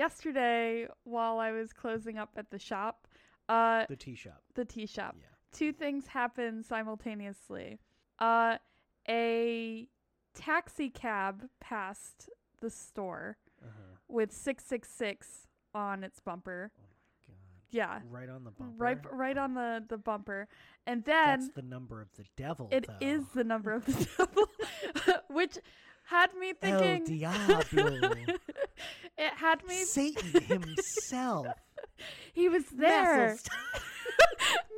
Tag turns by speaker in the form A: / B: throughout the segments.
A: yesterday, while I was closing up at the shop, uh,
B: The tea shop.
A: the tea shop,
B: Yeah.
A: two things happened simultaneously. Uh, a taxi cab passed the store
B: Uh-huh.
A: with 666 on its bumper.
B: Oh my god.
A: Yeah.
B: Right on the bumper.
A: Uh, Right right on the the bumper. And
B: That's
A: then
B: the number of the devil.
A: it is
B: though.
A: the number of the devil, which had me
B: El
A: thinking
B: Diablo.
A: it had me
B: Satan himself.
A: he was there.
B: Messes-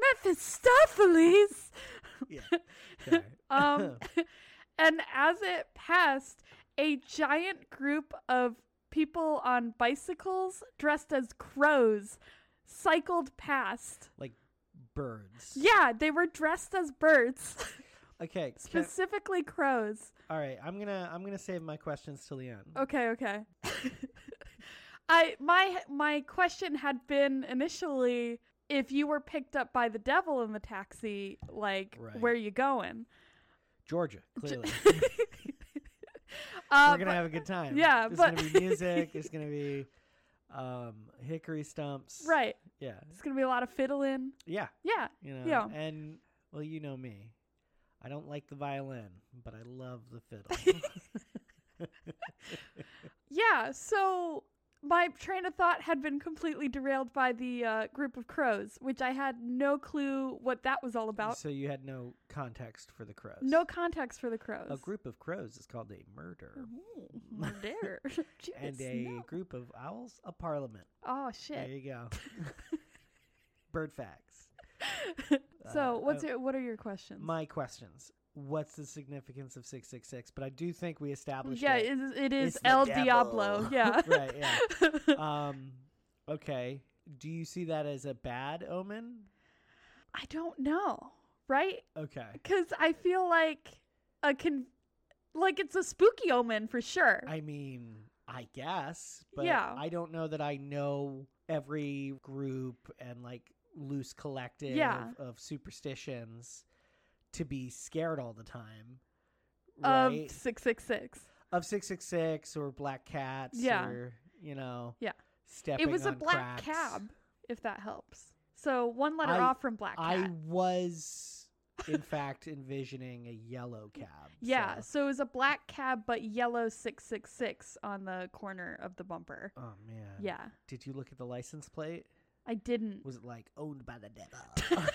A: Mephistopheles.
B: yeah. Sorry.
A: Um and as it passed, a giant group of people on bicycles dressed as crows cycled past.
B: like birds.
A: Yeah, they were dressed as birds.
B: Okay. can-
A: specifically crows.
B: all right. I'm gonna I'm gonna save my questions till the end.
A: Okay, okay. I my my question had been initially if you were picked up by the devil in the taxi, like
B: Right.
A: where you going?
B: Georgia. Clearly,
A: Uh,
B: we're gonna have a good time.
A: yeah,
B: There's
A: but-
B: gonna be music. There's gonna be um, hickory stumps.
A: but- right.
B: Yeah.
A: It's gonna be a lot of fiddling.
B: Yeah.
A: Yeah,
B: You know.
A: Yeah.
B: And well, you know me. I don't like the violin, but I love the fiddle.
A: yeah. So my train of thought had been completely derailed by the uh, group of crows, which I had no clue what that was all about.
B: so you had no context for the crows.
A: No context for the crows.
B: A group of crows is called a murder,
A: Ooh, murder.
B: and
A: Jeez,
B: a
A: no.
B: group of owls a parliament.
A: Oh
B: There
A: shit.
B: you go. Bird facts.
A: So,
B: Uh,
A: what's
B: uh,
A: your what are your questions?
B: my questions? What's the significance of six six six? But I do think we established.
A: yeah,
B: it.
A: it is, it is
B: It's the
A: El
B: devil.
A: Diablo. Yeah.
B: right. Yeah. um. Okay. Do you see that as a bad omen?
A: I don't know, right?
B: Okay.
A: Cuz I feel like a con- like it's a spooky omen for sure.
B: I mean, I guess, but
A: Yeah.
B: I don't know that I know every group and like loose collective
A: Yeah.
B: of superstitions to be scared all the time.
A: Of Um,
B: Right?
A: 666.
B: Of six six six or black cats
A: Yeah.
B: or you know
A: Yeah.
B: stepping
A: It was a
B: on
A: black
B: cracks.
A: cab if that helps. So, one letter
B: I-
A: off from black cat.
B: I was in fact envisioning a yellow cab.
A: yeah,
B: so-
A: so it was a black cab but yellow 666 on the corner of the bumper.
B: Oh man.
A: Yeah.
B: Did you look at the license plate?
A: I didn't.
B: Was it like owned by the devil?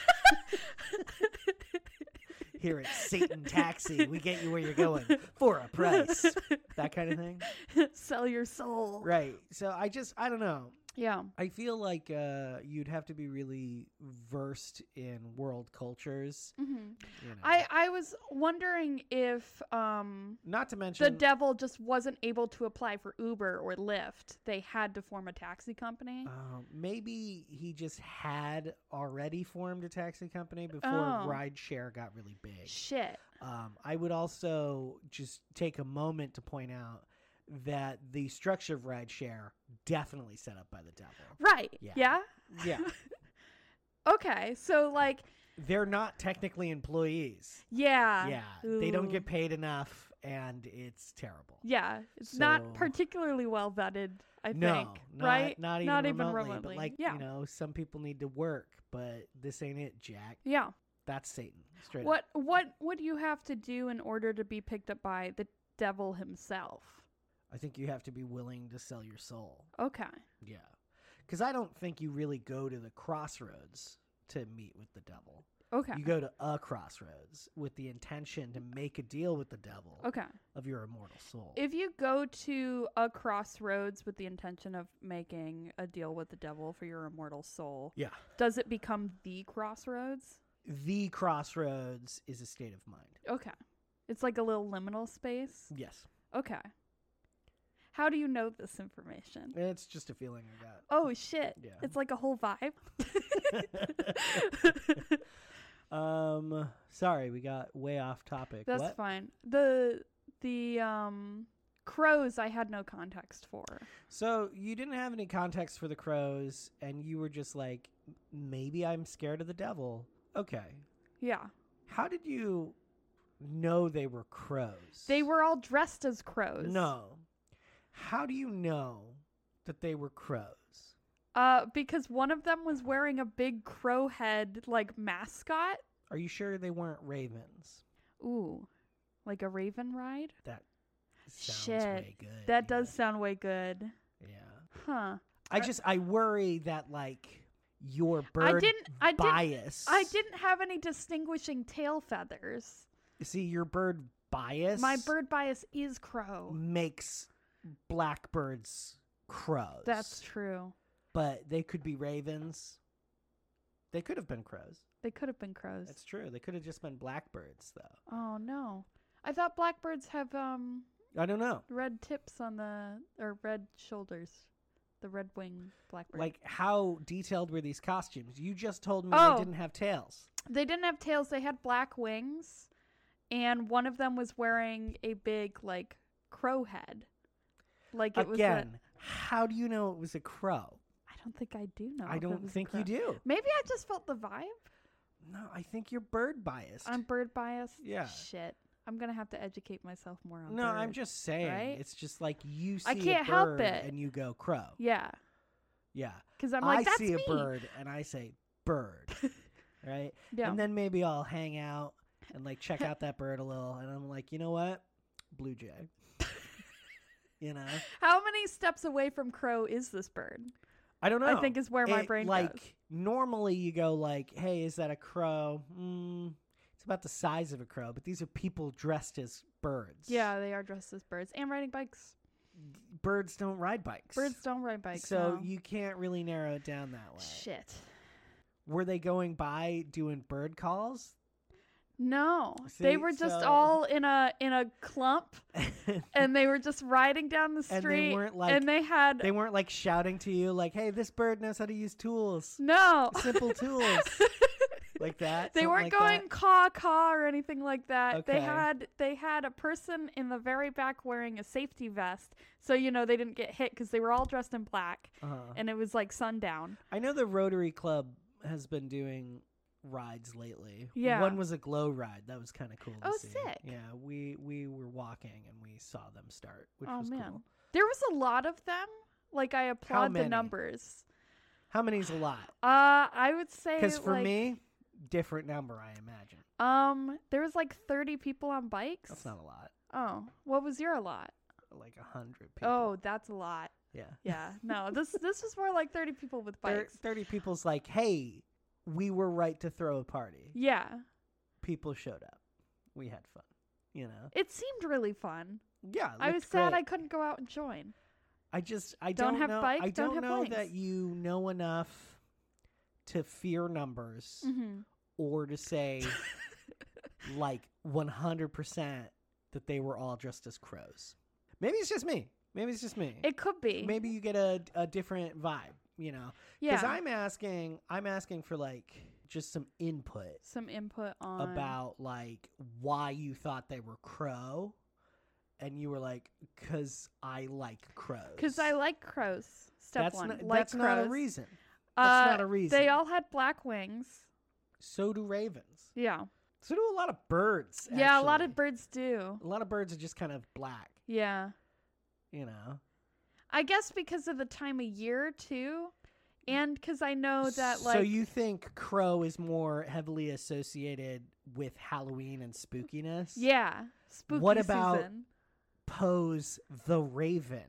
B: Here at Satan Taxi, we get you where you're going for a price. That kind of thing.
A: Sell your soul.
B: Right. So I just, I don't know.
A: Yeah.
B: I feel like uh, you'd have to be really versed in world cultures. you know.
A: I I was wondering if um
B: Not to mention,
A: the devil just wasn't able to apply for Uber or Lyft. They had to form a taxi company.
B: uh, maybe he just had already formed a taxi company before
A: Oh.
B: rideshare got really big.
A: Shit.
B: Um, I would also just take a moment to point out that the structure of rideshare definitely set up by the devil.
A: Right.
B: Yeah.
A: Yeah.
B: Yeah,
A: Okay. So like
B: they're not technically employees.
A: yeah.
B: Yeah, they don't
A: Ooh.
B: get paid enough, and it's terrible.
A: Yeah. It's
B: So-
A: not particularly well vetted, I
B: No,
A: think.
B: not,
A: right?
B: not even remotely, But like
A: yeah.
B: you know, some people need to work, but this ain't it, Jack.
A: yeah.
B: That's Satan. Straight up.
A: What what would you have to do in order to be picked up by the devil himself?
B: I think you have to be willing to sell your soul.
A: Okay.
B: Yeah, because I don't think you really go to the crossroads to meet with the devil.
A: Okay.
B: You go to a crossroads with the intention to make a deal with the devil
A: okay.
B: of your immortal soul.
A: If you go to a crossroads with the intention of making a deal with the devil for your immortal soul,
B: yeah.
A: does it become the crossroads?
B: The crossroads is a state of mind.
A: Okay. It's like a little liminal space.
B: Yes.
A: Okay. How do you know this information?
B: It's just a feeling I got.
A: Oh shit.
B: Yeah.
A: It's like a whole vibe. Oh.
B: Um, sorry, we got way off topic.
A: That's
B: what?
A: fine. The the um crows I had no context for.
B: So you didn't have any context for the crows, and you were just like, maybe I'm scared of the devil. Okay.
A: Yeah.
B: How did you know they were crows?
A: They were all dressed as crows.
B: No. How do you know that they were crows?
A: Uh, because one of them was wearing a big crow head like mascot.
B: Are you sure they weren't ravens?
A: Ooh, like a raven ride.
B: That sounds
A: Shit,
B: way good.
A: That
B: yeah.
A: does sound way good,
B: Yeah.
A: huh?
B: I
A: Are-
B: just I worry that like your bird
A: didn't- I didn't-
B: bias.
A: I didn't have any distinguishing tail feathers.
B: see your bird bias.
A: My bird bias is crow.
B: makes blackbirds crows.
A: That's true.
B: But they could be ravens. They could have been crows.
A: They could have been crows.
B: That's true. They could have just been blackbirds though.
A: Oh no. I thought blackbirds have um
B: I don't know.
A: red tips on the or red shoulders. The red wing blackbird.
B: Like how detailed were these costumes? You just told me
A: Oh.
B: they didn't have tails.
A: they didn't have tails, they had black wings. And one of them was wearing a big like crow head. Like it was a,
B: Again, how do you know it was a crow?
A: I don't think I do know.
B: I
A: if it
B: don't
A: was a
B: think you
A: crow.
B: do.
A: Maybe I just felt the vibe.
B: No, I think you're bird biased.
A: I'm bird biased.
B: Yeah.
A: Shit. I'm gonna have to educate myself more on
B: No, I'm
A: bird.
B: just saying.
A: right?
B: It's just like you see
A: I can't
B: a
A: help
B: bird
A: it.
B: and you go crow.
A: Yeah.
B: Yeah.
A: Because I'm like,
B: I
A: that's
B: see a
A: me.
B: bird and I say bird. right?
A: Yeah.
B: And then maybe I'll hang out and like check out that bird a little and I'm like, "You know what? Blue jay." you know?
A: How many steps away from crow is this bird?
B: I don't know.
A: I think is where my
B: It-
A: brain
B: like
A: goes.
B: normally you go like, "Hey, is that a crow?" Mm, it's about the size of a crow, but these are people dressed as birds.
A: Yeah, they are dressed as birds and riding bikes.
B: Birds don't ride bikes.
A: Birds don't ride bikes.
B: So
A: no.
B: you can't really narrow it down that way.
A: shit.
B: Were they going by doing bird calls?
A: No, they
B: See,
A: were just
B: so-
A: all in a in a clump,
B: and
A: and they were just riding down the
B: And they
A: street,
B: weren't, like-
A: and they had
B: they weren't like shouting to you like, "Hey, this bird knows how to use tools,
A: no.
B: simple tools," like that.
A: They
B: something
A: weren't
B: like that?
A: going caw caw or anything like that. They
B: Okay.
A: had they had a person in the very back wearing a safety vest, so you know they didn't get hit because they were all dressed in black,
B: Uh-huh.
A: and it was like sundown.
B: I know the Rotary Club has been doing rides lately.
A: Yeah.
B: one was a glow ride that was kind of cool. to
A: Oh,
B: see.
A: sick.
B: Yeah, we we were walking and we saw them start, which
A: oh
B: was
A: man,
B: cool.
A: there was a lot of them. Like I applaud the
B: many?
A: numbers.
B: How many's a lot?
A: Uh, I would say
B: Because for
A: like,
B: me, different number, I imagine.
A: um, there was like thirty people on bikes.
B: That's not a lot.
A: Oh, what was your a lot?
B: Like a hundred people.
A: Oh, that's a lot.
B: yeah.
A: Yeah, no, this this was more like thirty people with
B: Thir-
A: bikes.
B: Thirty people's like, hey, we were right to throw a party.
A: Yeah,
B: People showed up. We had fun. You know.
A: it seemed really fun.
B: Yeah. it
A: I
B: looked
A: was sad
B: great.
A: I couldn't go out and join.
B: I just I
A: Don't
B: don't,
A: have
B: know.
A: bike,
B: I
A: don't
B: don't,
A: have
B: know that
A: legs.
B: you know enough to fear numbers
A: Mm-hmm.
B: or to say like one hundred percent that they were all dressed as crows. Maybe it's just me. Maybe it's just me.
A: It could be.
B: Maybe you get a a different vibe. You know.
A: yeah.
B: Because I'm asking, I'm asking for like just some input
A: Some input on
B: about like why you thought they were crow, and you were like, "Cause I like crows."
A: because I like crows. Step
B: that's
A: one,
B: not,
A: like
B: that's
A: crows.
B: not a reason.
A: Uh,
B: That's not a reason.
A: They all had black wings.
B: so do ravens.
A: Yeah,
B: So do a lot of birds.
A: yeah. A lot of
B: actually.
A: birds do.
B: A lot of birds are just kind of black.
A: Yeah.
B: You know.
A: I guess because of the time of year too, and because I know Oh, that like
B: so you think crow is more heavily associated with Halloween and spookiness?
A: yeah, spooky
B: What about-
A: season.
B: Pose the raven.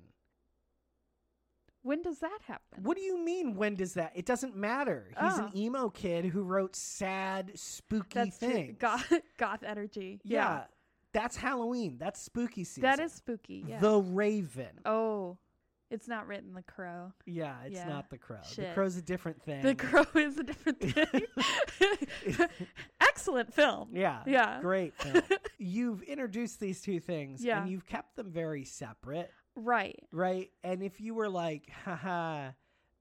A: When does that happen?
B: What do you mean? When does that? It doesn't matter. He's
A: Oh.
B: an emo kid who wrote sad, spooky
A: That's true.
B: things.
A: goth goth energy.
B: yeah. that's Halloween. That's spooky season.
A: that is spooky. Yeah.
B: the Raven.
A: oh, it's not written the crow.
B: Yeah, it's
A: Yeah.
B: not the crow. The
A: Shit.
B: crow's a different thing.
A: The crow is a different thing. Excellent film.
B: Yeah.
A: Yeah.
B: Great. film. you've introduced these two things,
A: Yeah.
B: and you've kept them very separate,
A: Right.
B: right? And if you were like, haha,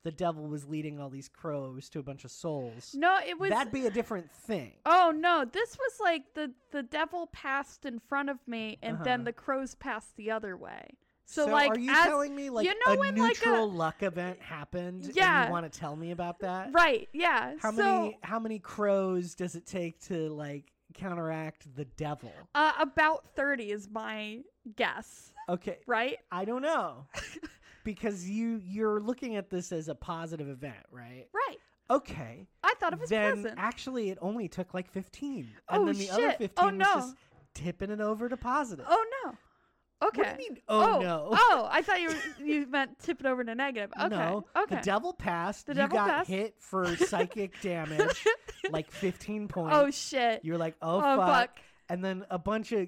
B: the devil was leading all these crows to a bunch of souls,
A: No, it was.
B: that'd be a different thing.
A: oh no, this was like the the devil passed in front of me, and then
B: Uh-huh.
A: the crows passed the other way. So, like,
B: are you
A: as,
B: telling me like
A: you know
B: a
A: when, like, a-
B: neutral luck event happened? and
A: Yeah.
B: you want to tell me about that?
A: right? Yeah.
B: Uh, How
A: so,
B: many how many crows does it take to like counteract the devil?
A: Uh, about thirty is my guess.
B: Okay,
A: Right.
B: I don't know. because you you're looking at this as a positive event, right?
A: Right.
B: Okay.
A: I thought it was
B: then
A: pleasant.
B: actually it only took like 15
A: Oh,
B: and then the other
A: shit.
B: 15
A: Oh,
B: was
A: no.
B: just tipping it over to positive
A: oh no. Okay.
B: what do you mean oh, no
A: Oh, I thought you were, you meant tip it over to negative. oh, Okay.
B: no
A: okay.
B: the devil passed
A: The
B: you
A: devil
B: got
A: passed.
B: hit for psychic damage like 15 points
A: oh shit.
B: you're like oh,
A: oh
B: fuck.
A: fuck.
B: and then a bunch of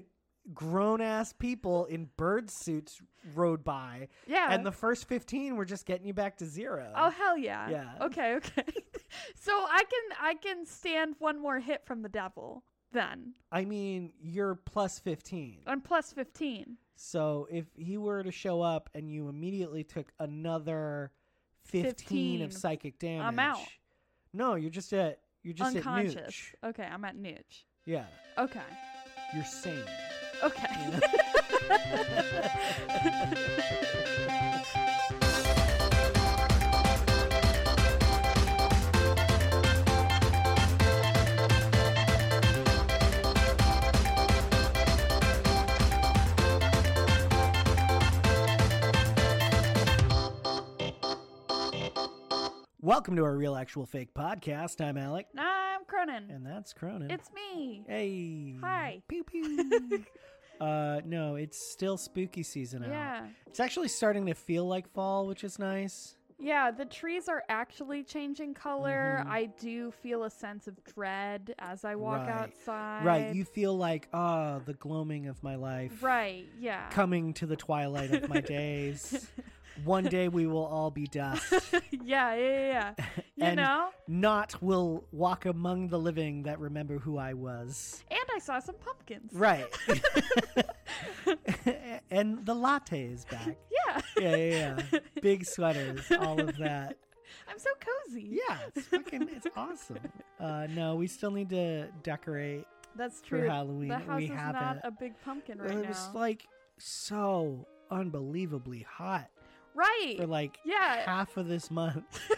B: grown-ass people in bird suits rode by
A: Yeah.
B: and the first 15 were just getting you back to zero.
A: Oh hell yeah.
B: Yeah.
A: Okay, okay. so I can I can stand one more hit from the devil then.
B: I mean you're plus 15
A: I'm plus fifteen.
B: So if he were to show up and you immediately took another 15,
A: 15.
B: of psychic damage,
A: I'm out.
B: No, you're just at you're just at
A: Unconscious.
B: nooch.
A: Okay, I'm at nooch.
B: Yeah,
A: Okay.
B: you're sane.
A: Okay.
B: you know? Welcome to our real, actual, fake podcast. I'm Alec,
A: Nah, I'm Cronin.
B: and that's Cronin.
A: It's me.
B: Hey.
A: Hi.
B: Pew pew. uh, no, it's still spooky season out.
A: Yeah.
B: It's actually starting to feel like fall, which is nice.
A: Yeah, the trees are actually changing color.
B: Mhm.
A: I do feel a sense of dread as I walk
B: Right.
A: outside.
B: Right. You feel like, ah, the gloaming of my life.
A: Right, yeah.
B: Coming to the twilight of my days. One day we will all be dust.
A: yeah, yeah, yeah. yeah. You
B: And-
A: know?
B: Not will walk among the living that remember who I was.
A: And I saw some pumpkins.
B: Right. and the latte is back.
A: Yeah.
B: Yeah, yeah, yeah. Big sweaters, all of that.
A: I'm so cozy.
B: Yeah, it's fucking it's awesome. Uh, no, we still need to decorate
A: That's
B: for
A: true.
B: Halloween.
A: The house
B: we
A: is
B: haven't.
A: not a big pumpkin right
B: it was
A: now.
B: like so unbelievably hot
A: right.
B: for like
A: yeah.
B: half of this month.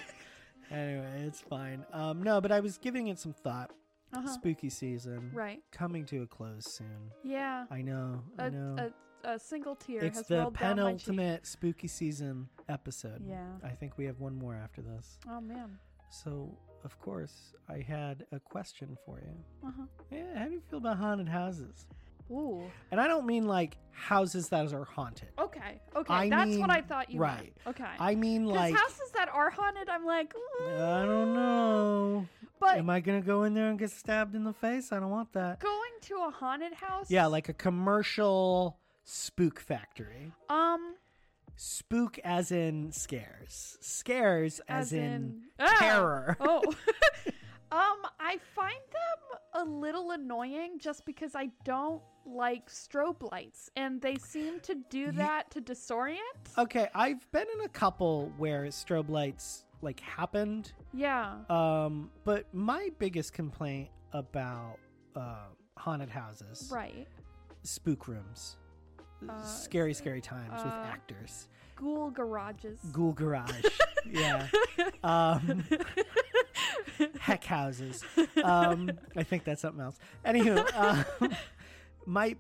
B: anyway, it's fine. Um, no, but I was giving it some thought.
A: Uh-huh.
B: Spooky season
A: Right.
B: coming to a close soon.
A: Yeah.
B: I know. I
A: A,
B: know.
A: a, a single tear
B: it's
A: has
B: the
A: rolled down my cheek.
B: penultimate spooky season episode.
A: Yeah.
B: I think we have one more after this.
A: Oh man.
B: So, of course, I had a question for you.
A: Uh-huh.
B: Yeah, how do you feel about haunted houses?
A: Ooh.
B: And I don't mean like houses that are haunted.
A: Okay. Okay.
B: I
A: That's
B: mean-
A: what I thought you
B: right.
A: meant. Okay.
B: I mean
A: Because
B: like
A: houses that are haunted, I'm like,
B: I
A: "Ooh."
B: don't know.
A: But
B: Am I gonna go in there and get stabbed in the face? I don't want that.
A: going to a haunted house.
B: Yeah, like a commercial spook factory.
A: um,
B: Spook as in scares. Scares as,
A: as,
B: in,
A: Ah!
B: terror.
A: oh. um, I find them a little annoying just because I don't like strobe lights, and they seem to do
B: Ye- Oh.
A: that to disorient.
B: Okay, I've been in a couple where strobe lights like happened.
A: yeah.
B: Um, but my biggest complaint about uh, haunted houses
A: Right.
B: spook rooms.
A: Uh,
B: scary, scary times with
A: uh,
B: actors.
A: Ghoul garages.
B: Ghoul garage. yeah. Um, heck houses. Um, I think that's something else. Anywho, um, my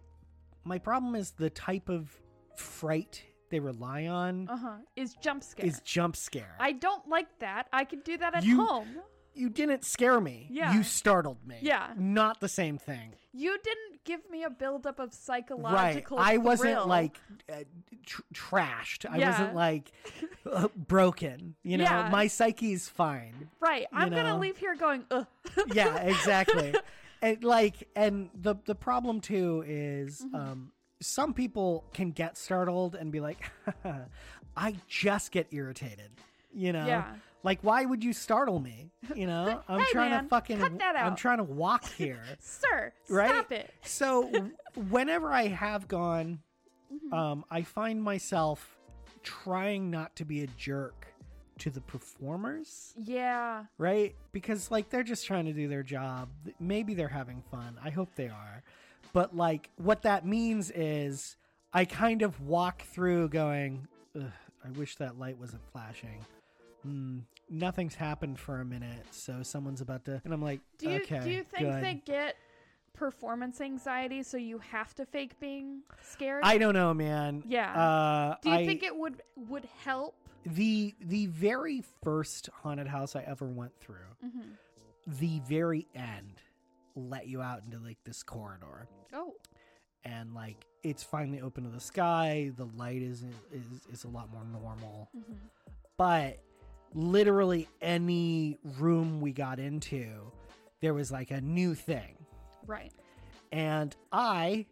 B: my problem is the type of fright they rely on
A: uh huh. Is jump scare.
B: is jump scare.
A: I don't like that. I could do that at
B: You-
A: home.
B: you didn't scare me.
A: Yeah.
B: You startled me.
A: Yeah.
B: Not the same thing.
A: You didn't give me a buildup of
B: Right.
A: psychological.
B: I wasn't
A: thrill.
B: like uh, tr- trashed. I
A: Yeah.
B: wasn't like uh, broken. You know,
A: Yeah.
B: my psyche is fine.
A: right. I'm gonna
B: know.
A: leave here going. Ugh.
B: Yeah, exactly. and like, and the the problem too is,
A: Mm-hmm.
B: um, some people can get startled and be like, I just get irritated. You know,
A: Yeah.
B: like why would you startle me? You know, I'm
A: Hey,
B: trying
A: man,
B: to fucking,
A: cut that
B: I'm
A: out.
B: trying to walk here.
A: Sir,
B: Right?
A: stop it.
B: So w- whenever I have gone,
A: Mm-hmm.
B: um, I find myself trying not to be a jerk to the performers,
A: Yeah.
B: right? Because like they're just trying to do their job. Th- Maybe they're having fun. I hope they are. But like what that means is I kind of walk through going, Ugh, I wish that light wasn't flashing. Hmm, nothing's happened for a minute, so someone's about to. And I'm like,
A: Do you
B: okay,
A: do you think
B: good.
A: they get performance anxiety, so you have to fake being scared?
B: I don't know, man.
A: Yeah.
B: Uh,
A: Do you
B: I,
A: think it would would help?
B: the the very first haunted house I ever went through,
A: hmm
B: the very end let you out into like this corridor,
A: Oh,
B: and like it's finally open to the sky. The light is is is a lot more normal,
A: hmm
B: but literally any room we got into, there was like a new thing.
A: right.
B: and I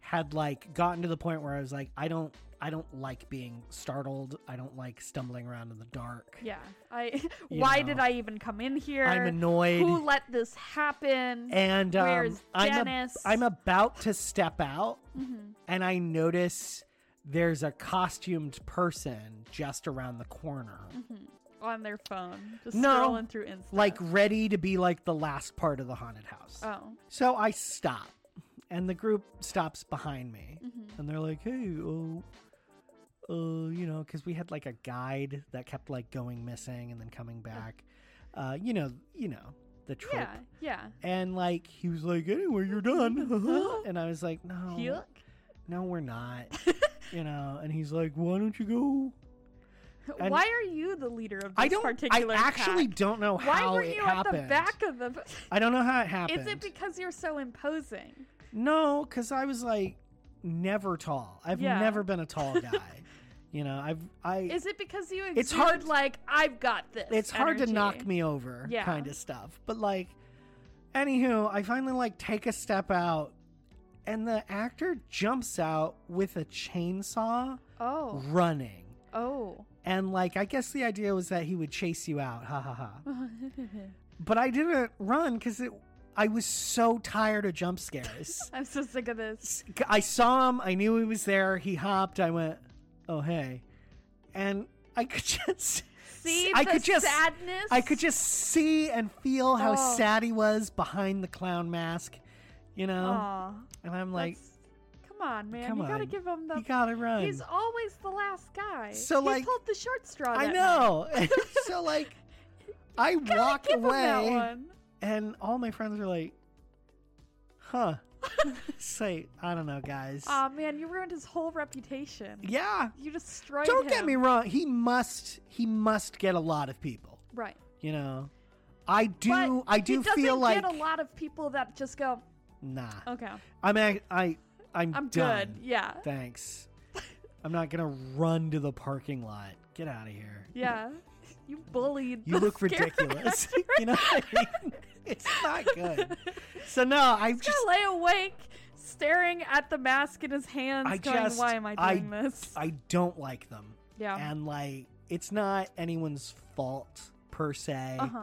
B: had like gotten to the point where I was like, I don't, I don't like being startled. I don't like stumbling around in the dark.
A: Yeah. I.
B: You
A: why
B: know.
A: did I even come in here?
B: I'm annoyed,
A: Who let this happen?
B: and um,
A: Where's
B: I'm a,
A: Dennis?
B: I'm about to step out,
A: Mhm.
B: and I notice there's a costumed person just around the corner,
A: on their phone, just
B: No.
A: scrolling through Insta.
B: like ready to be like the last part of the haunted house.
A: oh,
B: So I stop, and the group stops behind me,
A: Mhm.
B: and they're like, "Hey, oh, uh, you know, because we had like a guide that kept like going missing and then coming back, uh, you know, you know, the trope."
A: yeah, yeah.
B: And like he was like, "Anyway, you're done," and I was like, "No,
A: Yuck.
B: no, we're not," you know. And he's like, "Why don't you go?" and-
A: Why are you the leader of this
B: I don't. I
A: particular
B: actually
A: pack?
B: don't know
A: Why
B: how
A: were
B: it
A: you
B: happened.
A: at the back of the?
B: I don't know how it happened.
A: Is it because you're so imposing?
B: No, because I was like never tall. I've
A: Yeah.
B: never been a tall guy. you know, I've I.
A: Is it because you?
B: It's
A: exude,
B: hard-
A: Like I've got this.
B: it's hard to
A: energy?
B: knock me over,
A: Yeah.
B: kind of stuff. But like, anywho, I finally like take a step out, and the actor jumps out with a chainsaw,
A: Oh,
B: running.
A: oh.
B: And like, I guess the idea was that he would chase you out, ha ha ha. But I didn't run because it. I was so tired of jump scares.
A: I'm so sick of this.
B: s- I saw him. I knew he was there. He hopped. I went, "Oh hey," and I could just
A: See
B: I
A: the
B: could just-
A: sadness.
B: I could just see and feel how
A: Oh.
B: sad he was behind the clown mask, you know.
A: Aw,
B: and I'm like,
A: that's- come on, man.
B: come
A: you gotta
B: on.
A: give him the.
B: "You gotta run."
A: He's always the last guy.
B: So,
A: he
B: like-
A: pulled the short straw.
B: I
A: that
B: know. so like, I
A: night. Gotta
B: walk
A: give him that
B: away,
A: one.
B: and all my friends were like, "Huh." Say, I don't know, guys.
A: Aw, man, you ruined his whole reputation.
B: yeah.
A: You destroyed
B: Don't
A: him.
B: get me wrong. He must. He must get a lot of people.
A: right.
B: you know i do
A: But
B: i
A: he
B: do
A: doesn't
B: feel like
A: get a lot of people that just go,
B: nah
A: okay,
B: i'm ac i i'm,
A: I'm
B: done.
A: good. Yeah,
B: thanks i'm not gonna run to the parking lot get out of here
A: yeah. You bullied.
B: you
A: the
B: look
A: scary
B: ridiculous
A: actor.
B: you know what I mean? it's not good so no i
A: He's
B: just
A: gonna lay awake, staring at the mask in his hands,
B: I
A: going,
B: just-
A: "Why am I
B: I-
A: doing this?"
B: i don't like them
A: yeah.
B: and like it's not anyone's fault per se
A: Uh huh.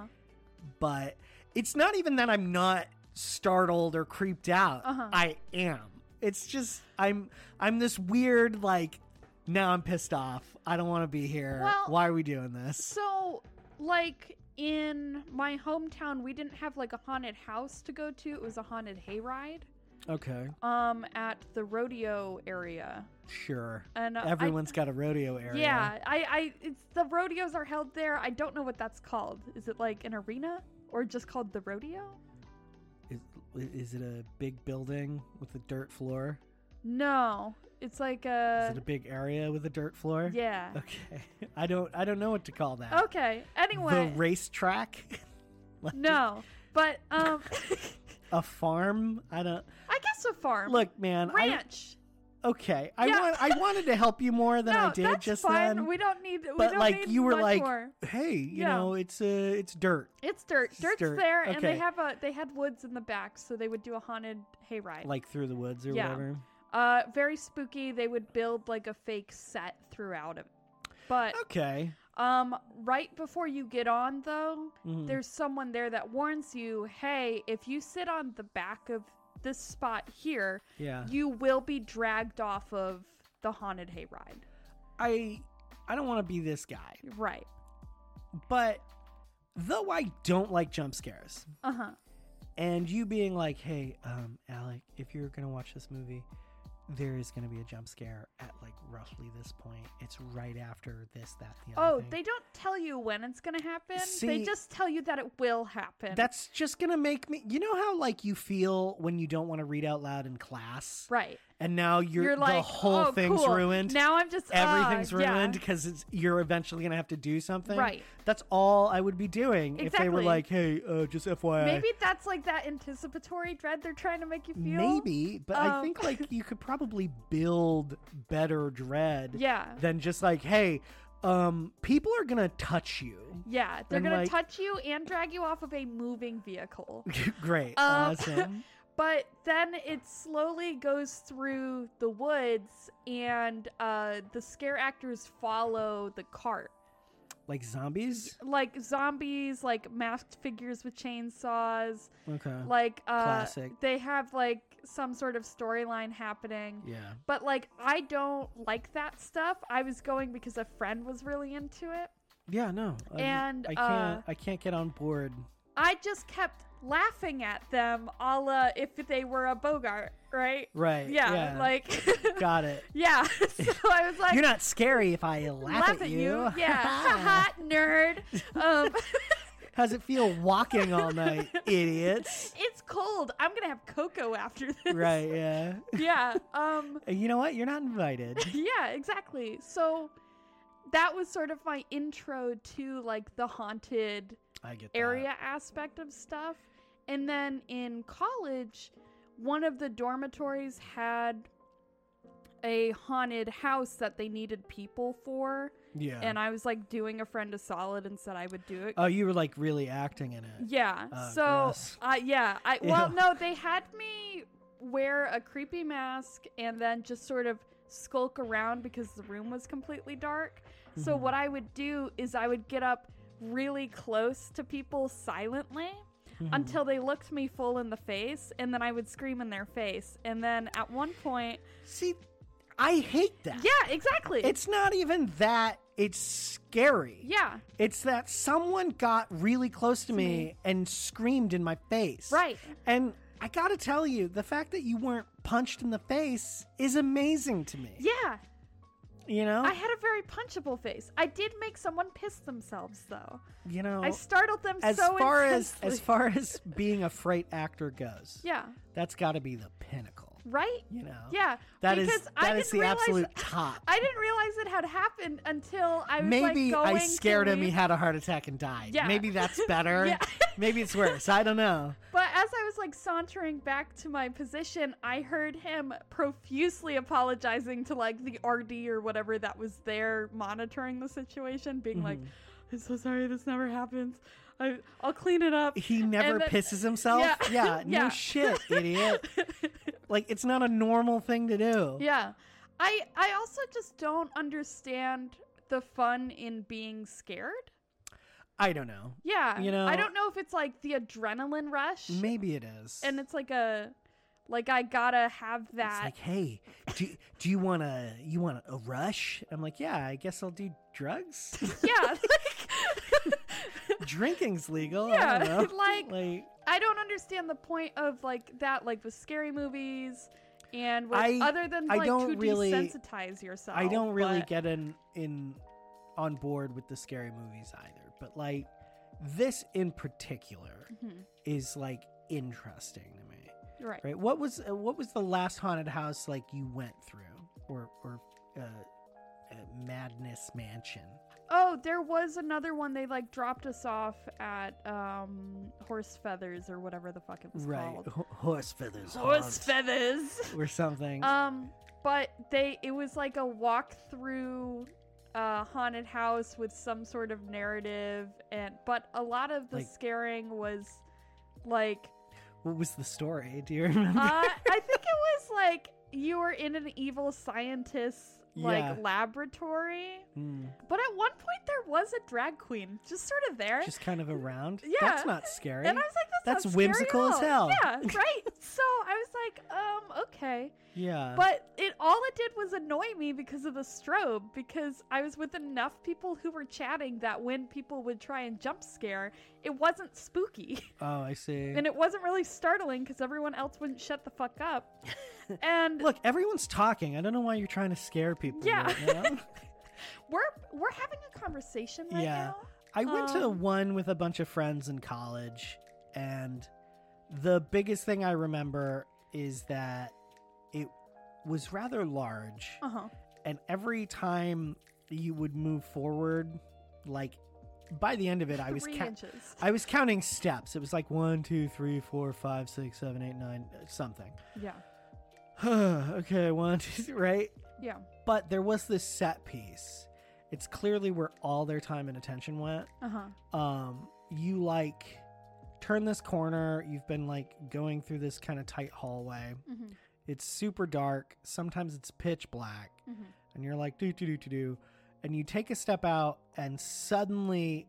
B: but it's not even that I'm not startled or creeped out.
A: Uh-huh.
B: I am. It's just I'm I'm this weird like now I'm pissed off. I don't want to be here.
A: Well-
B: Why are we doing this?
A: So, like in my hometown, we didn't have like a haunted house to go to. It was a haunted hayride,
B: Okay,
A: um, at the rodeo area,
B: sure.
A: and uh, I-
B: Everyone's got a rodeo area.
A: Yeah, I, I, it's the rodeos are held there. I don't know what that's called. Is it like an arena or just called the rodeo?
B: Is, is it a big building with a dirt floor?
A: No, it's like
B: Is
A: a.
B: it a big area with a dirt floor?
A: Uh, yeah.
B: Okay. I don't I don't know what to call that.
A: Okay. Anyway,
B: The racetrack? like
A: no, but um,
B: A farm? I don't
A: I guess a farm.
B: Look, man, I don't-
A: ranch.
B: Okay, I
A: Yeah.
B: want I wanted to help you more than
A: no,
B: I did
A: that's
B: just
A: fine.
B: then.
A: We don't need. we
B: but
A: don't
B: like
A: need
B: you were
A: much
B: like,
A: more.
B: hey, you
A: Yeah.
B: know, it's uh, it's dirt,
A: It's dirt.
B: It's
A: Dirt's
B: dirt.
A: there, and they
B: Okay.
A: have a they had woods in the back, so they would do a haunted hayride.
B: like through the woods or
A: Yeah.
B: whatever.
A: uh, very spooky. They would build like a fake set throughout it. But
B: Okay,
A: um, right before you get on though,
B: Mhm.
A: there's someone there that warns you, hey, if you sit on the back of this spot here,
B: yeah,
A: you will be dragged off of the haunted hayride.
B: I I don't want to be this guy,
A: Right.
B: but though I don't like jump scares,
A: Uh huh.
B: and you being like, hey, um, Alec, if you're gonna watch this movie, there is going to be a jump scare at like roughly this point. It's right after this, that, the other.
A: Oh,
B: thing.
A: they don't tell you when it's gonna happen. they
B: See-
A: just tell you that it will happen.
B: That's just going to make me. You know how like you feel when you don't want to read out loud in class,
A: right.
B: and now you're,
A: You're like,
B: the whole
A: "Oh,
B: thing's
A: cool.
B: ruined.
A: Now I'm just
B: Everything's
A: uh,
B: ruined because you're eventually going to have to do
A: Yeah.
B: something.
A: Right.
B: That's all I would be doing if they were
A: Exactly.
B: like, "Hey, uh, just FYI."
A: Maybe that's like that anticipatory dread they're trying to make you feel.
B: Maybe, but I
A: Um,
B: think like you could probably build better dread
A: Yeah.
B: than just like, hey, um, people are gonna touch you.
A: Yeah. They're
B: And,
A: gonna
B: like-
A: touch you and drag you off of a moving vehicle.
B: Great,
A: Um,
B: awesome.
A: But then it slowly goes through the woods, and uh, the scare actors follow the cart.
B: like zombies.
A: Like zombies, like masked figures with chainsaws.
B: Okay.
A: Like, uh,
B: Classic.
A: they have like some sort of storyline happening.
B: yeah.
A: But like, I don't like that stuff. I was going because a friend was really into it.
B: Yeah. No. I,
A: And,
B: I can't.
A: uh,
B: I can't get on board.
A: I just kept laughing at them, a la if they were a Bogart, right?
B: Right.
A: Yeah,
B: yeah.
A: like.
B: Got it.
A: Yeah, so I was like,
B: You're not scary if I laugh,
A: laugh at you. Yeah, haha, nerd. Um,
B: How's it feel walking all night, idiots?
A: it's cold. I'm gonna have cocoa after this.
B: Right. Yeah.
A: Yeah. Um.
B: And You know what? You're not invited.
A: Yeah. Exactly. So that was sort of my intro to like the haunted
B: I get that.
A: area aspect of stuff. And then in college, one of the dormitories had a haunted house that they needed people for.
B: Yeah.
A: And I was like doing a friend a solid and said I would do it.
B: Oh, you were like really acting in it.
A: Yeah.
B: Oh,
A: so,
B: gross.
A: uh, yeah. I well,
B: Ew.
A: no, they had me wear a creepy mask and then just sort of skulk around because the room was completely dark. So
B: Mhm.
A: what I would do is I would get up really close to people silently
B: Mm-hmm.
A: until they looked me full in the face and then I would scream in their face. And then at one point,
B: See, I hate that.
A: yeah, exactly.
B: It's not even that it's scary.
A: yeah,
B: It's that someone got really close to me,
A: me.
B: and screamed in my face.
A: right.
B: And I got to tell you, the fact that you weren't punched in the face is amazing to me.
A: Yeah,
B: You know?
A: I had a very punchable face. I did make someone piss themselves though.
B: you know.
A: I startled them
B: Oh, as
A: so
B: far as
A: intensely.
B: as far as being a fright actor goes,
A: Yeah.
B: that's got to be the pinnacle.
A: Right?
B: You know,
A: Yeah.
B: that is
A: because I
B: that is
A: didn't
B: the
A: realize
B: absolute top.
A: I didn't realize it had happened until I was
B: Maybe
A: like going
B: I scared
A: to
B: him. He
A: leave.
B: had a heart attack and died.
A: Yeah.
B: Maybe that's better.
A: Yeah.
B: Maybe it's worse. I don't know.
A: But as I was like sauntering back to my position, I heard him profusely apologizing to like the RD or whatever that was there monitoring the situation, being like,
B: Mm-hmm.
A: "I'm so sorry, this never happens. I, I'll clean it up."
B: He never
A: then-
B: pisses himself.
A: Yeah.
B: no
A: Yeah.
B: shit, idiot. like it's not a normal thing to do.
A: Yeah. I I also just don't understand the fun in being scared.
B: I don't know.
A: Yeah.
B: You know-
A: I don't know if it's like the adrenaline rush
B: Maybe it is.
A: and it's like a like I gotta have
B: it's
A: that.
B: like, hey, do do you want to you want a rush? I'm like, yeah, I guess I'll do drugs.
A: yeah.
B: Drinking's legal. I
A: Yeah,
B: don't know.
A: like-
B: like
A: I don't understand the point of like that, like with scary movies and with,
B: I-
A: other than
B: I
A: like
B: don't
A: to
B: really-
A: desensitize yourself.
B: I don't really
A: but-
B: get in in on board with the scary movies either, but like this in particular
A: Mhm.
B: is like interesting to me.
A: Right.
B: Right? What was uh, what was the last haunted house like you went through or or uh, uh, Madness Mansion?
A: Oh, there was another one. They like dropped us off at um Horse Feathers or whatever the fuck it was
B: Right.
A: called.
B: Ho- horse feathers.
A: Horse
B: Haunt
A: Feathers.
B: or something.
A: Um, but they it was like a walk through a haunted house with some sort of narrative, and but a lot of the
B: Like-
A: scaring was like
B: what was the story? Do you remember?
A: uh, I think it was like you were in an evil scientist's like
B: Yeah.
A: laboratory.
B: Mm,
A: But at one point there was a drag queen just sort of there.
B: just kind of around.
A: Yeah.
B: That's not scary.
A: and I was like,
B: That's
A: that's, not scary at
B: whimsical as
A: all."
B: hell.
A: Yeah, right. so I was like, um, okay.
B: yeah.
A: But it all it did was annoy me because of the strobe because I was with enough people who were chatting that when people would try and jump scare, it wasn't spooky
B: oh, I see.
A: and it wasn't really startling because everyone else wouldn't shut the fuck up. and
B: Look, everyone's talking. I don't know why you're trying to scare people.
A: Yeah.
B: right now.
A: we're we're having a conversation right
B: Yeah.
A: now.
B: I went to
A: Um,
B: one with a bunch of friends in college, and the biggest thing I remember is that it was rather large,
A: Uh huh.
B: and every time you would move forward, like by the end of it, I was
A: Three
B: ca-
A: inches.
B: I was counting steps. It was like one, two, three, four, five, six, seven, eight, nine, something.
A: Yeah.
B: okay, one, two, three, right?
A: Yeah.
B: But there was this set piece. It's clearly where all their time and attention went
A: Uh huh.
B: um, you like turn this corner. You've been like going through this kind of tight hallway.
A: hmm
B: It's super dark. Sometimes it's pitch black,
A: hmm
B: and you're like do do do do do, and you take a step out, and suddenly,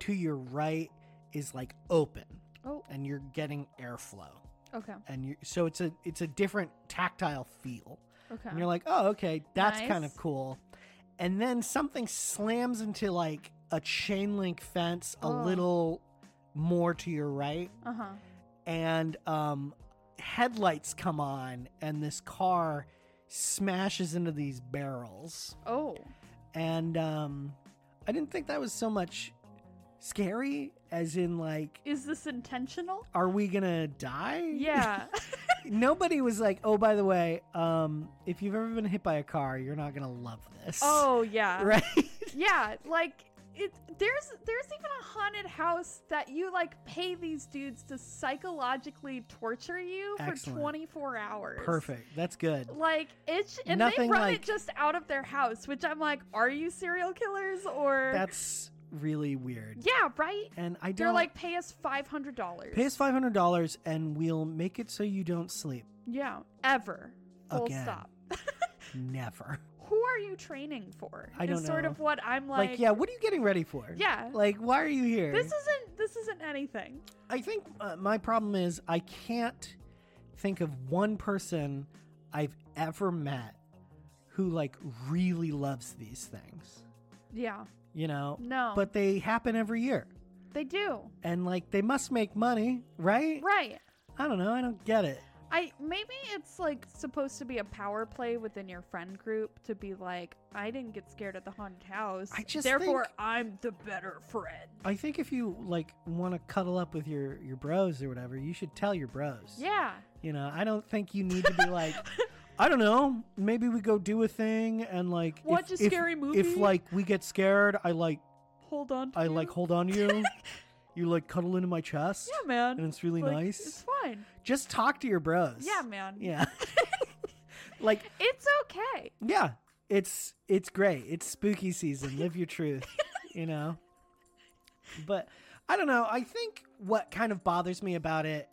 B: to your right is like open,
A: Oh.
B: and you're getting airflow,
A: Okay.
B: and you so it's a it's a different tactile feel.
A: Okay.
B: And you're like, oh, okay, that's kind
A: Nice.
B: of cool. And then something slams into like a chain link fence a
A: Oh.
B: little more to your right.
A: uh huh.
B: And um, headlights come on, and this car smashes into these barrels.
A: Oh.
B: And um, I didn't think that was so much scary as in, like,
A: Is this intentional?
B: are we gonna die?
A: Yeah.
B: Nobody was like, oh, by the way, um, if you've ever been hit by a car, you're not gonna love this.
A: oh yeah.
B: right?
A: Yeah. Like it. There's there's even a haunted house that you like pay these dudes to psychologically torture you
B: Excellent.
A: for 24 hours.
B: Perfect. That's good.
A: Like it's and
B: Nothing
A: they run
B: like-
A: it just out of their house, which I'm like, are you serial killers or?
B: That's really weird.
A: yeah, right.
B: And I
A: They're
B: don't
A: like, pay us five hundred dollars.
B: pay us five hundred dollars and we'll make it so you don't sleep.
A: Yeah, ever. Full
B: Again.
A: stop.
B: Never.
A: Who are you training for?
B: I don't
A: is sort
B: know.
A: of what I'm
B: Like,
A: like.
B: yeah, what are you getting ready for?
A: yeah.
B: Like, why are you here?
A: this isn't this isn't anything.
B: I think uh, my problem is I can't think of one person I've ever met who like really loves these things.
A: Yeah.
B: You know,
A: No.
B: but they happen every year,
A: they do.
B: and like they must make money, right?
A: Right.
B: I don't know. I don't get it.
A: I maybe it's like supposed to be a power play within your friend group to be like, I didn't get scared at the haunted house.
B: I just
A: therefore
B: think-
A: I'm the better friend.
B: I think if you like want to cuddle up with your your bros or whatever, you should tell your bros.
A: Yeah.
B: You know, I don't think you need to be like, I don't know, maybe we go do a thing and like if-
A: Watch a
B: if,
A: scary movie.
B: If like we get scared, I like
A: hold on. To
B: I
A: you.
B: like hold on to you. you like cuddle into my chest.
A: Yeah, man.
B: And it's really
A: Like, It's
B: nice.
A: fine.
B: Just talk to your bros.
A: Yeah, man.
B: Yeah. like
A: It's okay.
B: yeah, it's it's great. It's spooky season. Live your truth, you know. But I don't know. I think what kind of bothers me about it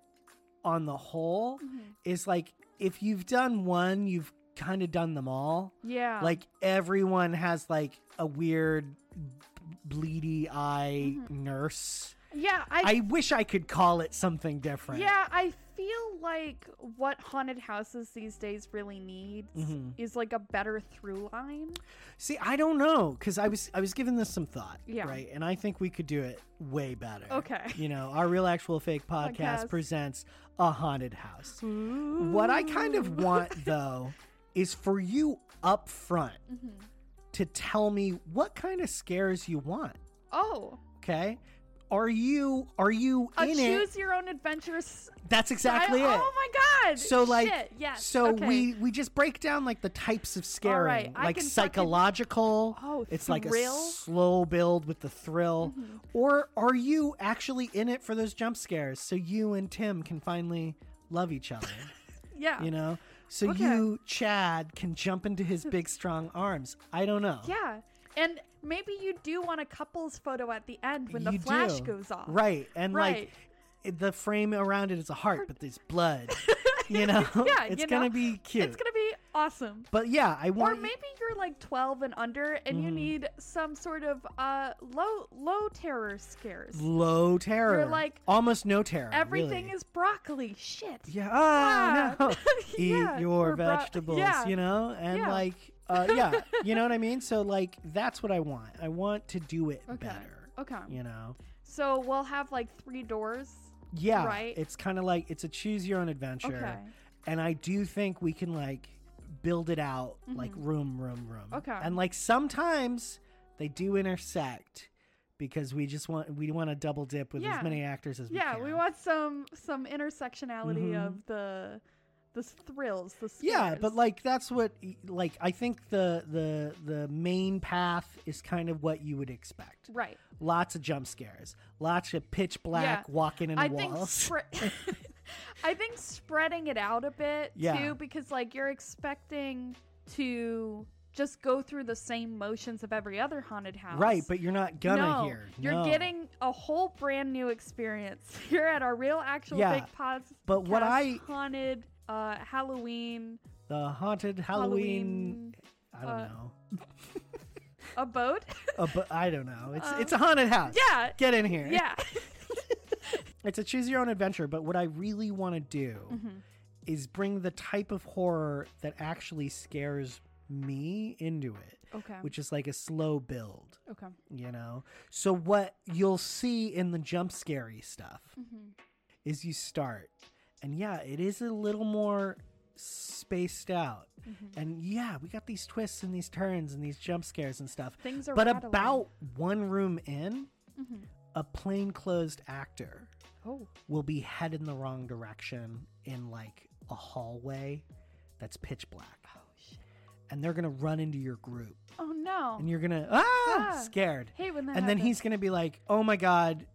B: on the whole
A: Mm-hmm.
B: is like if you've done one, you've kind of done them all.
A: Yeah.
B: Like everyone has like a weird b- bleedy eye nurse.
A: yeah, Mm-hmm. I
B: I wish I could call it something different.
A: Yeah, I feel like what haunted houses these days really needs
B: Mhm.
A: is like a better through line.
B: See, I don't know because I was I was giving this some thought,
A: Yeah.
B: right? And I think we could do it way better.
A: Okay.
B: you know, our real actual fake podcast
A: Podcast.
B: presents a haunted house. What I kind
A: Mm-hmm.
B: of want though is for you up front to tell me what kind of scares you want.
A: Oh,
B: Okay, are you are you
A: a
B: in it?
A: choose your own adventure. s-
B: That's exactly
A: style-
B: it.
A: Oh my god.
B: so like
A: Shit, yes.
B: so
A: okay.
B: we we just break down like the types of scaring
A: right, I
B: like
A: can fucking-
B: psychological
A: Oh,
B: it's
A: thrill? Mm-hmm.
B: like a slow build with the thrill or are you actually in it for those jump scares so you and tim can finally love each other
A: yeah.
B: you know so
A: Okay.
B: you chad can jump into his big strong arms i don't know
A: Yeah. And maybe you do want a couple's photo at the end when the
B: You
A: flash
B: do.
A: goes off.
B: right and
A: Right.
B: like it- the frame around it is a heart but there's blood you know
A: Yeah,
B: it's
A: you know,
B: gonna be cute
A: It's going to be awesome.
B: but yeah i
A: Or
B: want
A: maybe you're like 12 and under and
B: Mm-hmm.
A: you need some sort of uh low low terror scares.
B: low terror.
A: like,
B: almost no terror.
A: Everything
B: really.
A: is broccoli. Shit.
B: yeah. Ah,
A: Ah.
B: no. Eat
A: Yeah,
B: your
A: or bro-
B: vegetables.
A: yeah.
B: You know, and
A: Yeah.
B: like, uh, yeah, you know what I mean. So like, that's what I want. I want to do it
A: Okay.
B: better.
A: Okay.
B: You know.
A: So we'll have like three doors.
B: Yeah.
A: Right.
B: It's kind of like it's a choose your own adventure.
A: Okay.
B: and I do think we can like build it out like
A: Mhm.
B: room, room, room.
A: Okay.
B: And like sometimes they do intersect because we just want we want to double dip with
A: Yeah.
B: as many actors as we
A: yeah,
B: can.
A: we want some some intersectionality
B: Mhm.
A: of the the s- thrills, the
B: Yeah,
A: scares.
B: but like that's what like I think the the the main path is kind of what you would expect.
A: right.
B: Lots of jump scares, lots of pitch black walking in
A: I think
B: walls.
A: spre- I think spreading it out a bit
B: Yeah.
A: too, because like you're expecting to just go through the same motions of every other haunted house.
B: Right, but you're not gonna
A: no,
B: hear.
A: You're
B: No.
A: getting a whole brand new experience. You're at our real actual
B: Yeah,
A: big pause.
B: but what I-
A: haunted uh, Halloween
B: the haunted Halloween. I don't
A: uh,
B: know.
A: Halloween abode.
B: Uh, but I don't know. It's
A: Um,
B: it's a haunted house.
A: yeah.
B: Get in here.
A: yeah.
B: It's a choose your own adventure, but what I really want to do
A: Mhm.
B: is bring the type of horror that actually scares me into it,
A: Okay.
B: which is like a slow build,
A: okay.
B: you know? So what you'll see in the jump scary stuff
A: hmm
B: is you start. And yeah, it is a little more spaced out.
A: Mhm.
B: And yeah, we got these twists and these turns and these jump scares and stuff.
A: Things are
B: But
A: rattling.
B: about one room in,
A: Mhm.
B: a plainclothes actor
A: Oh.
B: will be heading the wrong direction in like a hallway that's pitch black.
A: Oh shit.
B: And they're gonna run into your group
A: Oh no.
B: and you're gonna ah,
A: Ah.
B: scared.
A: Hate when that
B: And then
A: happens.
B: he's gonna be like, Oh my god,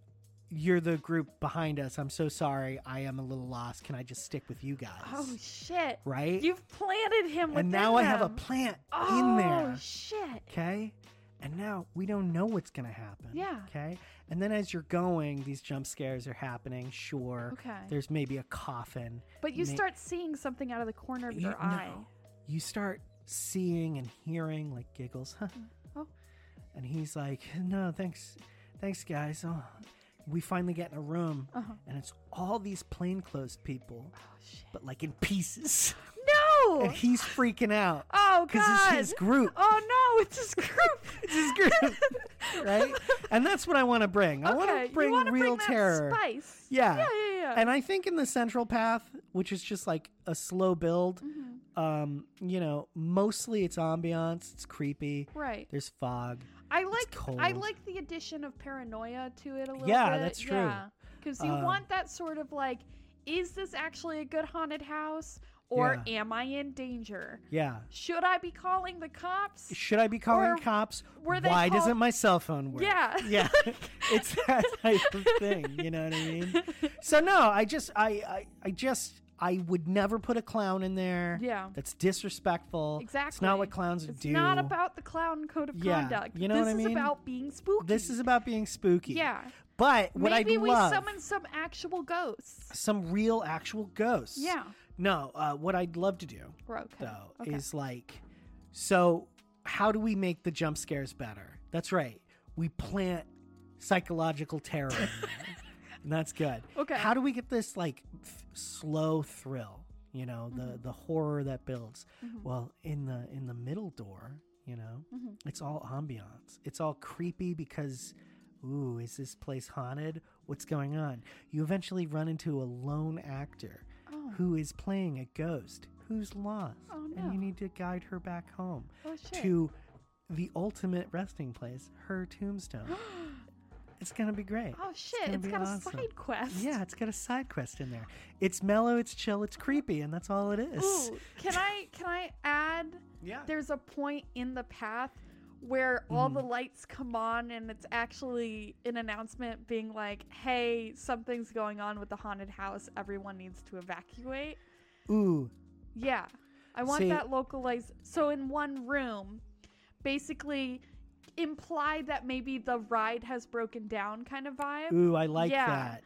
B: you're the group behind us. I'm so sorry. I am a little lost. Can I just stick with you guys?
A: Oh shit.
B: right?
A: You've planted him
B: and
A: within
B: now I have a
A: them.
B: plant
A: oh,
B: in there.
A: shit.
B: Okay? And now we don't know what's going to happen.
A: Yeah.
B: Okay? And then as you're going, these jump scares are happening, sure.
A: Okay.
B: There's maybe a coffin.
A: But you
B: ma-
A: start seeing something out of the corner of
B: You-
A: your eye.
B: no. You start seeing and hearing like giggles. Huh?
A: Oh.
B: And he's like, "No, thanks. Thanks guys." Oh. We finally get in a room
A: Uh-huh.
B: and it's all these plainclothes people,
A: Oh shit.
B: but like in pieces.
A: No.
B: And he's freaking out
A: oh
B: cuz
A: god.
B: it's his group.
A: oh no, it's his group.
B: It's his group, right? And that's what I want to bring. I
A: okay.
B: want to bring
A: you wanna
B: real
A: bring
B: terror.
A: That spice.
B: Yeah.
A: Yeah. Yeah. Yeah.
B: And I think in the central path, which is just like a slow build,
A: Mhm.
B: um, you know, mostly it's ambiance, it's creepy,
A: Right.
B: there's fog.
A: I like I
B: cold.
A: like the addition of paranoia to it a little bit.
B: Yeah, that's true.
A: Because you
B: Um,
A: want that sort of like, is this actually a good haunted house or am I in danger?
B: Yeah.
A: Should I be calling the cops?
B: Should I be calling
A: Or
B: cops?
A: were they
B: Why
A: called-
B: doesn't my cell phone work?
A: Yeah.
B: Yeah. it's that type of thing, you know what I mean? So no, I just I I, I just I would never put a clown in there.
A: Yeah.
B: That's disrespectful. It's
A: Exactly.
B: not what clowns
A: It's
B: do.
A: not about the clown code of
B: Yeah,
A: conduct.
B: you know
A: this
B: what I
A: is
B: mean?
A: about being spooky.
B: This is about being spooky.
A: yeah.
B: But what
A: Maybe
B: I'd
A: we
B: love
A: summon some actual ghosts.
B: some real actual ghosts.
A: Yeah.
B: No, uh, what I'd love to do
A: We're Okay.
B: though
A: okay.
B: is like, so how do we make the jump scares better? That's right. We plant psychological terror. in there. and that's good.
A: Okay.
B: How do we get this like f- slow thrill? You know, the
A: Mm-hmm.
B: the horror that builds.
A: Mhm.
B: Well, in the in the middle door, you know,
A: Mhm.
B: it's all ambiance. It's all creepy because, ooh, is this place haunted? What's going on? You eventually run into a lone actor
A: Oh.
B: who is playing a ghost who's lost,
A: Oh,
B: and you
A: no.
B: need to guide her back home
A: oh shit.
B: to the ultimate resting place, her tombstone. it's gonna be great.
A: oh shit!
B: gonna
A: it's
B: be
A: got
B: awesome.
A: a side quest.
B: Yeah, it's got a side quest in there. It's mellow, it's chill, it's creepy, and that's all it is.
A: Ooh, can I can I add?
B: Yeah.
A: There's a point in the path where all
B: Mm-hmm.
A: the lights come on, and it's actually an announcement being like, "Hey, something's going on with the haunted house. Everyone needs to evacuate."
B: Ooh.
A: Yeah. I want
B: See-
A: that localized. So in one room, basically imply that maybe the ride has broken down kind of vibe,
B: Ooh, I like
A: Yeah.
B: that.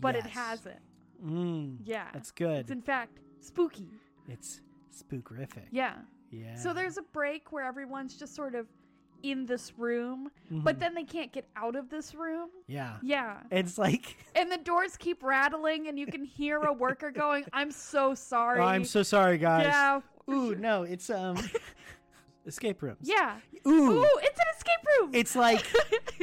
A: but it
B: Yes.
A: hasn't.
B: Mm,
A: Yeah.
B: That's good.
A: It's in fact spooky.
B: It's spookrific.
A: Yeah.
B: Yeah.
A: So there's a break where everyone's just sort of in this room, but then they can't get out of this room.
B: Mm-hmm. Yeah.
A: Yeah.
B: It's like
A: And the doors keep rattling and you can hear a worker going, "I'm so sorry."
B: "Oh, I'm so sorry, guys.
A: Yeah.
B: Ooh, no, it's um escape rooms.
A: Yeah.
B: Ooh.
A: Ooh, it's an escape room.
B: It's like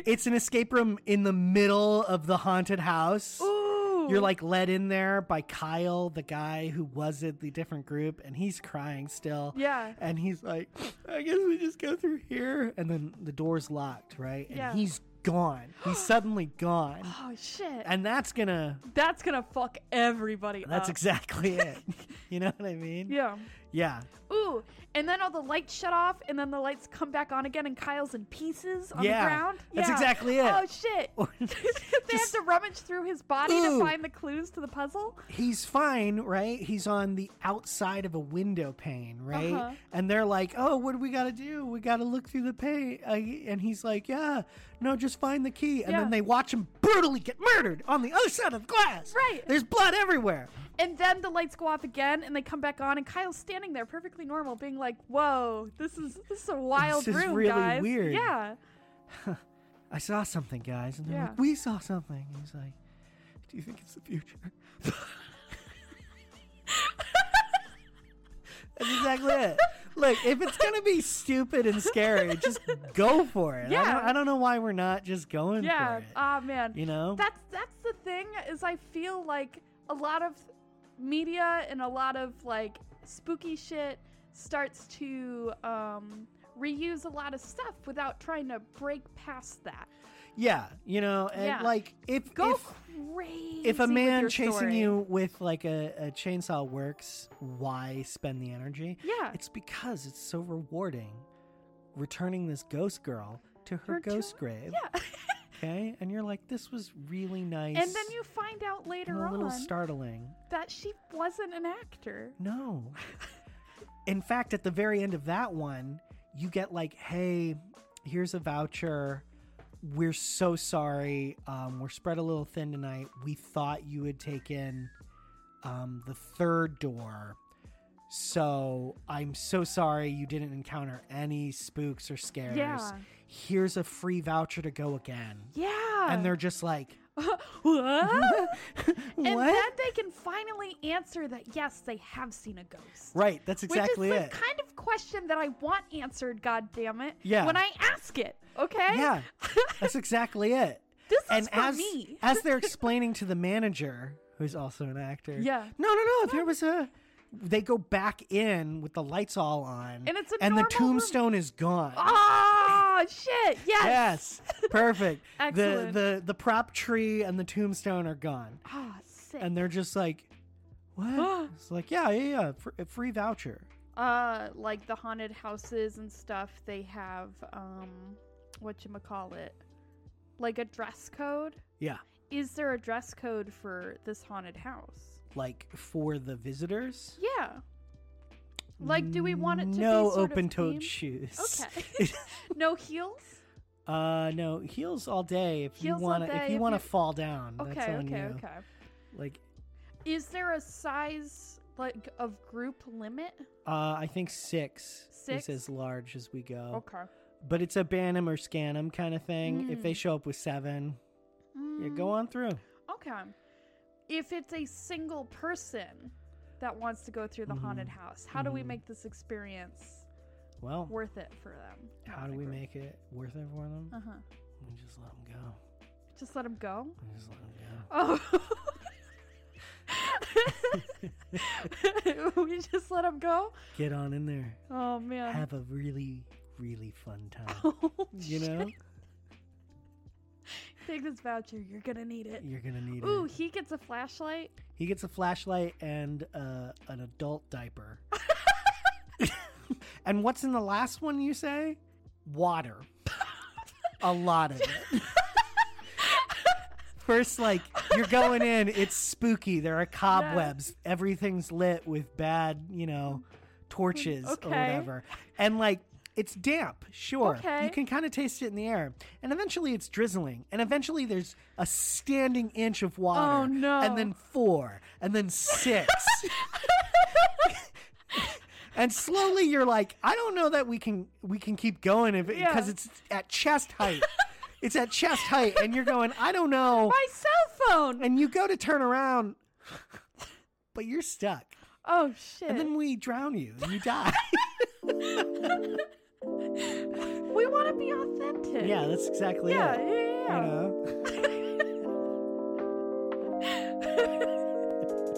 B: it's an escape room in the middle of the haunted house.
A: Ooh.
B: You're like led in there by Kyle, the guy who was in the different group, and he's crying still.
A: Yeah.
B: And he's like, I guess we just go through here. And then the door's locked, right?
A: Yeah.
B: And he's gone. He's suddenly gone.
A: Oh shit.
B: And that's gonna
A: That's gonna fuck everybody
B: that's
A: up.
B: exactly it. you know what I mean?
A: Uh. yeah.
B: Yeah.
A: Ooh, and then all the lights shut off, and then the lights come back on again, and Kyle's in pieces on
B: Yeah,
A: the ground.
B: that's exactly it.
A: Oh shit! they
B: Just-
A: have to rummage through his body
B: Ooh.
A: to find the clues to the puzzle.
B: he's fine, right? He's on the outside of a window pane, right?
A: Uh-huh.
B: And they're like, "Oh, what do we got to do? We got to look through the pane." Uh, and he's like, "Yeah, no, just find the key." And then
A: Yeah.
B: they watch him brutally get murdered on the other side of the glass.
A: Right.
B: There's blood everywhere.
A: And then the lights go off again, and they come back on, and Kyle's standing there, perfectly normal, being like, "Whoa, this is this is a wild
B: This is
A: room,
B: really
A: guys."
B: weird.
A: Yeah,
B: I saw something, guys, and they're
A: Yeah.
B: like, "We saw something." And he's like, "Do you think it's the future?" That's exactly it. Look, if it's gonna be stupid and scary, just go for it. I,
A: Yeah.
B: don't, I don't know why we're not just going
A: yeah.
B: for it.
A: Ah, man.
B: you know,
A: That's that's the thing is I feel like a lot of media and a lot of like spooky shit starts to um, reuse a lot of stuff without trying to break past that.
B: yeah, you know, and
A: Yeah.
B: like if
A: Go
B: if,
A: crazy.
B: if a
A: with
B: man
A: your
B: chasing
A: story.
B: you with like a, a chainsaw works, why spend the energy?
A: yeah,
B: It's because it's so rewarding returning this ghost girl to her
A: Her to-
B: ghost grave.
A: yeah.
B: Okay? And you're like, this was really nice.
A: and then you find out
B: and
A: later
B: a little
A: on
B: startling.
A: that she wasn't an actor.
B: No. In fact, at the very end of that one, you get like, hey, here's a voucher. We're so sorry. Um, we're spread a little thin tonight. We thought you had taken um, the third door. So I'm so sorry you didn't encounter any spooks or scares.
A: Yeah.
B: Here's a free voucher to go again.
A: Yeah,
B: And they're just like,
A: What?
B: what?
A: And then they can finally answer that yes, they have seen a ghost.
B: right. That's exactly
A: Which is
B: it.
A: the kind of question that I want answered, god damn it.
B: Yeah.
A: When I ask it, okay?
B: Yeah, that's exactly it.
A: This
B: and
A: is for
B: as
A: me.
B: as they're explaining to the manager, who's also an actor,
A: Yeah.
B: no, no, no, there was a. They go back in with the lights all on,
A: And it's a
B: and the
A: normal room.
B: tombstone is gone.
A: Oh shit. Yes.
B: Yes, perfect.
A: Excellent.
B: The the the prop tree and the tombstone are gone,
A: Ah, sick.
B: and they're just like, what? it's like, yeah, yeah, yeah, fr- free voucher.
A: uh like the haunted houses and stuff, they have um what you call it? Like a dress code?
B: Yeah,
A: Is there a dress code for this haunted house?
B: like for the visitors.
A: Yeah. Like do we want it to
B: no
A: be sort of
B: open-toed
A: themed?
B: shoes?
A: Okay. no heels?
B: Uh no, heels all day if
A: Heels
B: you
A: all
B: want to
A: day
B: if you
A: if
B: want to
A: you-
B: fall down. that's
A: Okay,
B: on
A: okay,
B: you.
A: okay.
B: Like
A: Is there a size like of group limit?
B: uh I think 6,
A: Six?
B: is as large as we go.
A: Okay.
B: But it's a ban 'em or scan 'em kind of thing. If they
A: Mm.
B: show up with 7, you go
A: Mm,
B: on through.
A: Okay. If it's a single person that wants to go through the haunted
B: Mhm.
A: house, how do we
B: Mhm.
A: make this experience
B: Well,
A: worth it for them?
B: how do we make it worth it for them?
A: Uh huh.
B: We just let them go.
A: Just let them go.
B: We just let 'em go.
A: Oh. we just let them go.
B: Get on in there.
A: Oh man.
B: Have a really really fun time.
A: Oh,
B: you know?
A: Take this voucher. You're gonna need it.
B: You're going to need
A: Ooh,
B: it.
A: he gets a flashlight.
B: He gets a flashlight and uh, an adult diaper. and what's in the last one you say? Water. a lot of it. First, like, you're going in, it's spooky. There are cobwebs. Everything's lit with bad, you know, torches
A: Okay.
B: or whatever. And, like, it's damp, sure. You
A: Okay.
B: can kind of taste it in the air. And eventually it's drizzling. And eventually there's a standing inch of water
A: Oh,
B: water,
A: no.
B: And then four, and then six. and slowly you're like, I don't know that we can we can keep going if
A: Yeah.
B: because it's at chest height. it's at chest height, and you're going, I don't know.
A: My cell phone.
B: And you go to turn around, but you're stuck.
A: Oh shit.
B: And then we drown you, and you die.
A: We want to be authentic.
B: yeah, that's exactly
A: Yeah.
B: it.
A: Yeah.
B: You know?
A: yeah.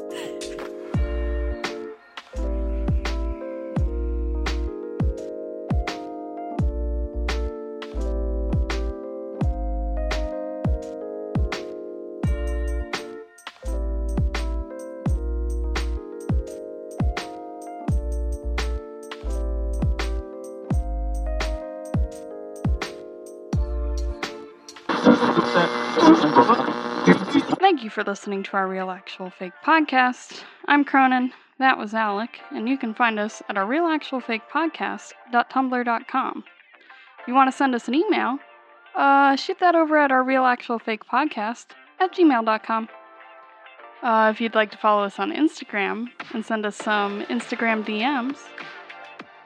C: Thank you for listening to our Real Actual Fake podcast. I'm Cronin. That was Alec, and you can find us at our Real Actual Fake podcast.tumblr.com. If you want to send us an email, uh, shoot that over at our Real Actual Fake podcast at gmail.com. Uh, if you'd like to follow us on Instagram and send us some Instagram DMs,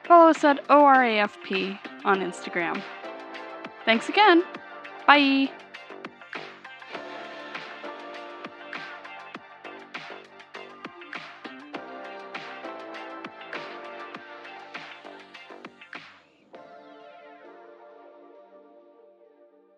C: follow us at ORAFP on Instagram. Thanks again. Bye.